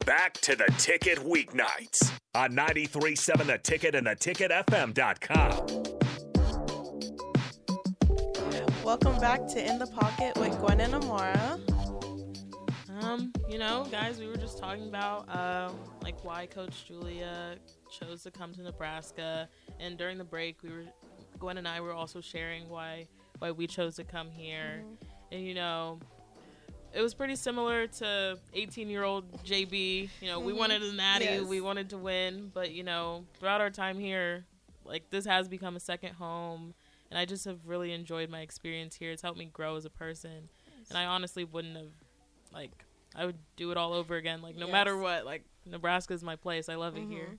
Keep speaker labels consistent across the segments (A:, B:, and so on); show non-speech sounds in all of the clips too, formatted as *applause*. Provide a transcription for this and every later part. A: back to the ticket weeknights on 93.7 The Ticket and theticketfm.com.
B: Welcome back to In the Pocket with Gwen and Amara.
C: Um, you know, guys, we were just talking about uh, like why Coach Julia chose to come to Nebraska, and during the break, we were Gwen and I were also sharing why why we chose to come here, and you know, it was pretty similar to 18 year old JB. You know, we wanted a natty,
B: Yes.
C: we wanted to win, but you know, throughout our time here, like this has become a second home, and I just have really enjoyed my experience here. It's helped me grow as a person, and I honestly wouldn't have like I would do it all over again. Like no
B: Yes. Mm-hmm.
C: matter what, like Nebraska's my place. I love it here.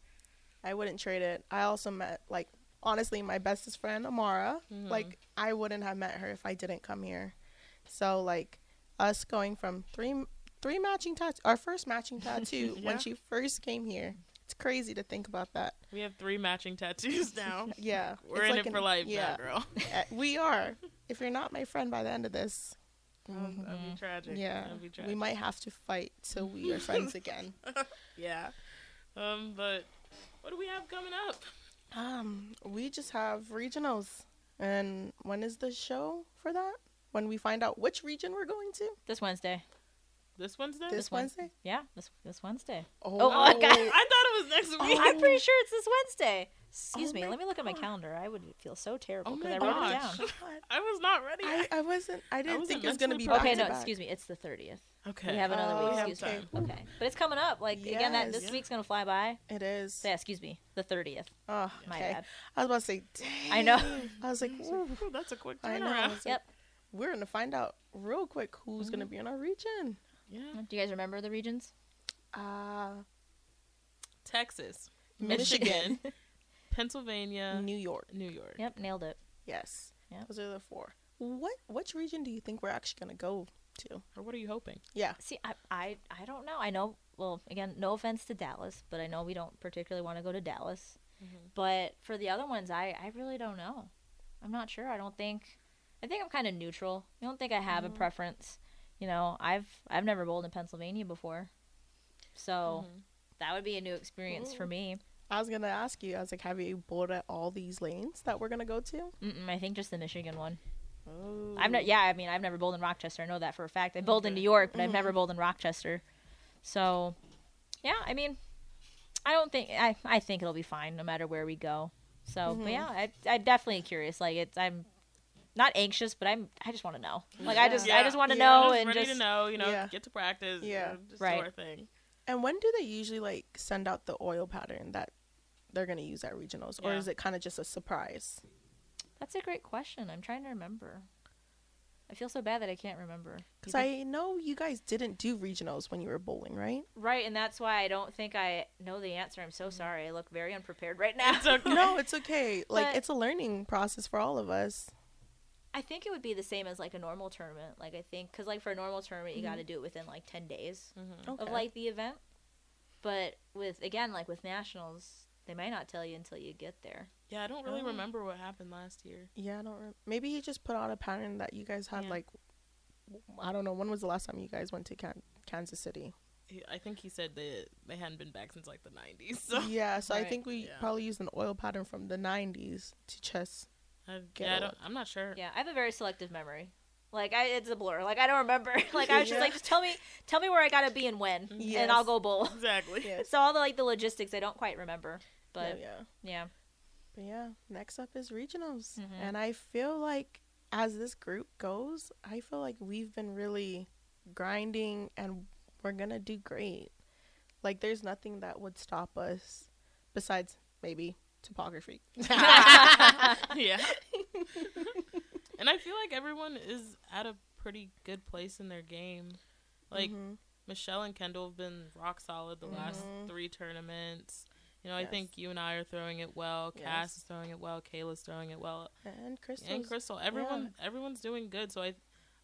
B: I wouldn't trade it. I also met, like, honestly, my bestest friend, Amara.
C: Mm-hmm.
B: Like, I wouldn't have met her if I didn't come here. So, like, us going from three three matching tattoos, our first
C: *laughs*
B: matching tattoo
C: Yeah.
B: when she first came here. It's crazy to think about that.
C: We have three matching
B: *laughs*
C: tattoos now.
B: Yeah.
C: We're
B: It's
C: in
B: like
C: it
B: an-
C: for life,
B: Yeah. *laughs*
C: now, girl.
B: Uh, we are. If you're not my friend by the end of this,
C: That'd be tragic.
B: Mm-hmm. yeah,
C: That'd be tragic.
B: we might have to fight till we are friends
C: *laughs*
B: again.
C: Yeah. Um, but what do we have coming up?
B: Um, we just have regionals, and when is the show for that? When we find out which region we're going to
D: This Wednesday.
C: This Wednesday?
B: this,
D: Wed-
B: Wednesday.
D: Yeah, this this Wednesday.
B: Oh,
D: Oh, okay.
C: I
D: *laughs*
C: thought it was next
D: Oh,
C: week.
D: I'm pretty sure it's this Wednesday. Excuse
B: Oh
D: me.
B: my
D: Let me look at my
B: God.
D: calendar. I would feel so
C: *laughs*
D: terrible
C: Oh
D: because
C: my
D: I wrote
C: gosh.
D: it down.
B: God.
C: *laughs* I was not ready.
B: I, I wasn't. I didn't
C: wasn't
B: think it
C: meant
B: was
C: to
B: gonna
C: be
B: be.
C: back
D: Okay,
B: back
D: no,
B: to back.
D: excuse me. It's the 30th.
C: *laughs* okay.
D: We have another
B: Oh,
D: week.
B: we
C: have
D: Excuse me.
C: time.
D: Okay, but it's coming up. Like again, that this
B: Yes.
D: week's gonna fly by.
B: It is.
D: So, yeah, excuse me. The 30th.
B: Oh, okay.
D: My bad.
B: I was about to say. Dang.
D: I know.
B: I
D: *laughs*
B: was like, Ooh.
C: Ooh, that's a quick
B: I know. I
C: turnaround.
B: was like,
D: Yep. Mm-hmm.
B: We're gonna find out real quick who's gonna be in our region.
C: Yeah.
D: Do you guys remember the regions?
B: Uh,
C: Texas,
B: Michigan,
C: Pennsylvania,
B: New York.
C: New York.
D: *laughs* Yep, nailed it.
B: Yes.
D: Yep.
B: Those are the four. What which region do you think we're actually gonna go to?
C: Or what are you hoping?
B: Yeah.
D: See, I, I, I don't know. I know. Well, again, no offense to Dallas, but I know we don't particularly want to go to Dallas. But for the other ones, I, I really don't know. I'm not sure. I don't think. I think I'm kind of neutral. I don't think I have a preference. You know, I've I've never bowled in Pennsylvania before, so that would be a new experience for me.
B: I was gonna ask you. I was like, have you bowled at all these lanes that we're gonna go to?
D: Mm-mm, I think just the Michigan one.
B: Oh.
D: I've
C: Mm-hmm.
D: not. Yeah, I mean, I've never bowled in Rochester. I know that for a fact. I bowled in New York,
C: Mm-hmm.
D: but I've never bowled in Rochester. So, yeah, I mean, I don't think I. I think it'll be fine no matter where we go. So,
C: Mm-hmm.
D: but yeah, I, I'm definitely curious. Like, it's I'm not anxious, but I'm. I just want to know. Like, I just, I
C: Yeah.
D: just want to
B: Yeah.
D: know
C: just
D: and
C: ready
D: just.
C: to know, you know,
B: Yeah.
C: get to practice.
B: Yeah.
C: You know, just
D: Right.
C: do our thing.
B: And when do they usually like send out the oil pattern that they're gonna use at regionals, or
C: Yeah.
B: is it kind of just a surprise?
D: That's a great question. I'm trying to remember. I feel so bad that I can't remember. You
B: Because
D: think-
B: I know you guys didn't do regionals when you were bowling, right?
D: right, and that's why I don't think I know the answer. I'm so sorry. I look very unprepared right now.
C: Mm-hmm. It's
D: *laughs*
C: okay.
B: No, it's okay. Like
D: But-
B: it's a learning process for all of us.
D: I think it would be the same as like a normal tournament. Like I think because like for a normal tournament, you got to do it within like ten days
B: Mm-hmm. Okay.
D: of like the event. But with again like with nationals, they might not tell you until you get there.
C: Yeah, I don't really
B: Oh.
C: remember what happened last year.
B: yeah, I don't. Re- Maybe he just put out a pattern that you guys had
C: Yeah.
B: like. I don't know. When was the last time you guys went to Can- Kansas City?
C: He, I think he said that they hadn't been back since like the 90s. So
B: yeah, so I
D: Right.
B: think we
C: Yeah.
B: probably used an oil pattern from the 90s to just.
C: I,
B: Get
C: yeah, I
B: a
C: don't,
B: look.
C: I'm not sure.
D: Yeah, I have a very selective memory. Like I, it's a blur. Like I don't remember. *laughs* like I was just
B: Yeah. Mm-hmm.
D: like, just tell me, tell me where I gotta be and when,
B: Yes.
D: and I'll go bowl.
B: *laughs*
C: Exactly.
B: Yes.
D: *laughs* so all the like the logistics, I don't quite remember. But
B: yeah.
D: yeah,
B: But yeah, next up is regionals.
C: Mm-hmm.
D: Mhm.
B: And I feel like as this group goes, I feel like we've been really grinding and we're going to do great. Like there's nothing that would stop us besides maybe topography. *laughs*
D: *laughs*
C: *laughs* yeah. and I feel like everyone is at a pretty good place in their game. Like
B: Mhm.
C: Michelle and Kendall have been rock solid the last
B: Mhm.
C: three tournaments. You know, I
B: Yes.
C: think you and I are throwing it well. Cass
B: Yes.
C: is throwing it well. Kayla's throwing it well.
B: and Crystal.
C: and Crystal, everyone, everyone's doing good. So I,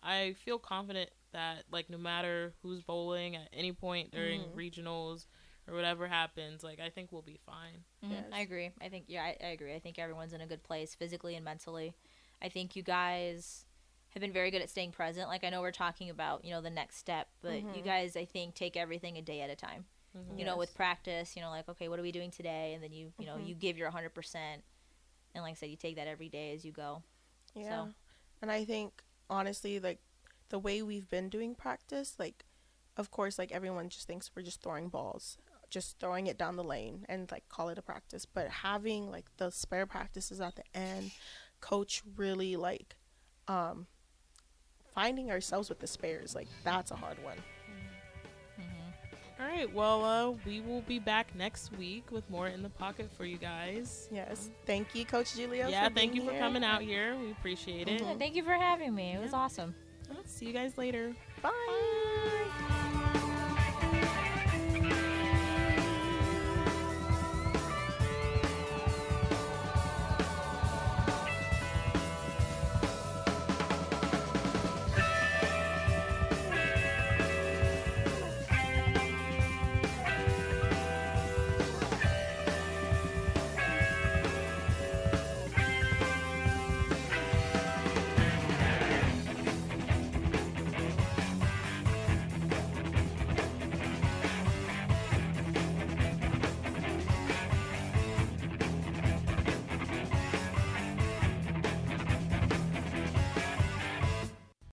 C: I feel confident that like no matter who's bowling at any point during
B: Mhm.
C: regionals or whatever happens, like I think we'll be fine.
D: Mhm,
B: Yes.
D: I agree. I think yeah, I, I agree. I think everyone's in a good place physically and mentally. I think you guys have been very good at staying present. Like I know we're talking about you know the next step, but you
B: Mhm.
D: guys I think take everything a day at a time.
C: Mhm.
D: you know with
B: Mm-hmm. Yes.
D: practice you know like okay what are we doing today and then you you know
B: Mhm.
D: you give your 100% and like i said you take that every day as you go
B: Yeah.
D: So-
B: And I think honestly, like the way we've been doing practice, like of course, like everyone just thinks we're just throwing balls, just throwing it down the lane and like call it a practice. But having like the spare practices at the end, coach really like um finding ourselves with the spares, like that's a hard one. Mm-hmm.
C: All right. Well, uh, we will be back next week with more in the pocket for you guys.
B: Yes. Thank you, Coach Julio.
C: Yeah,
B: for
C: thank you
B: being
C: for
B: here. Oh
C: coming out here. We appreciate it.
D: Yeah, thank you for having me it was
C: Yeah.
D: awesome
C: All right, See you guys later.
B: Bye.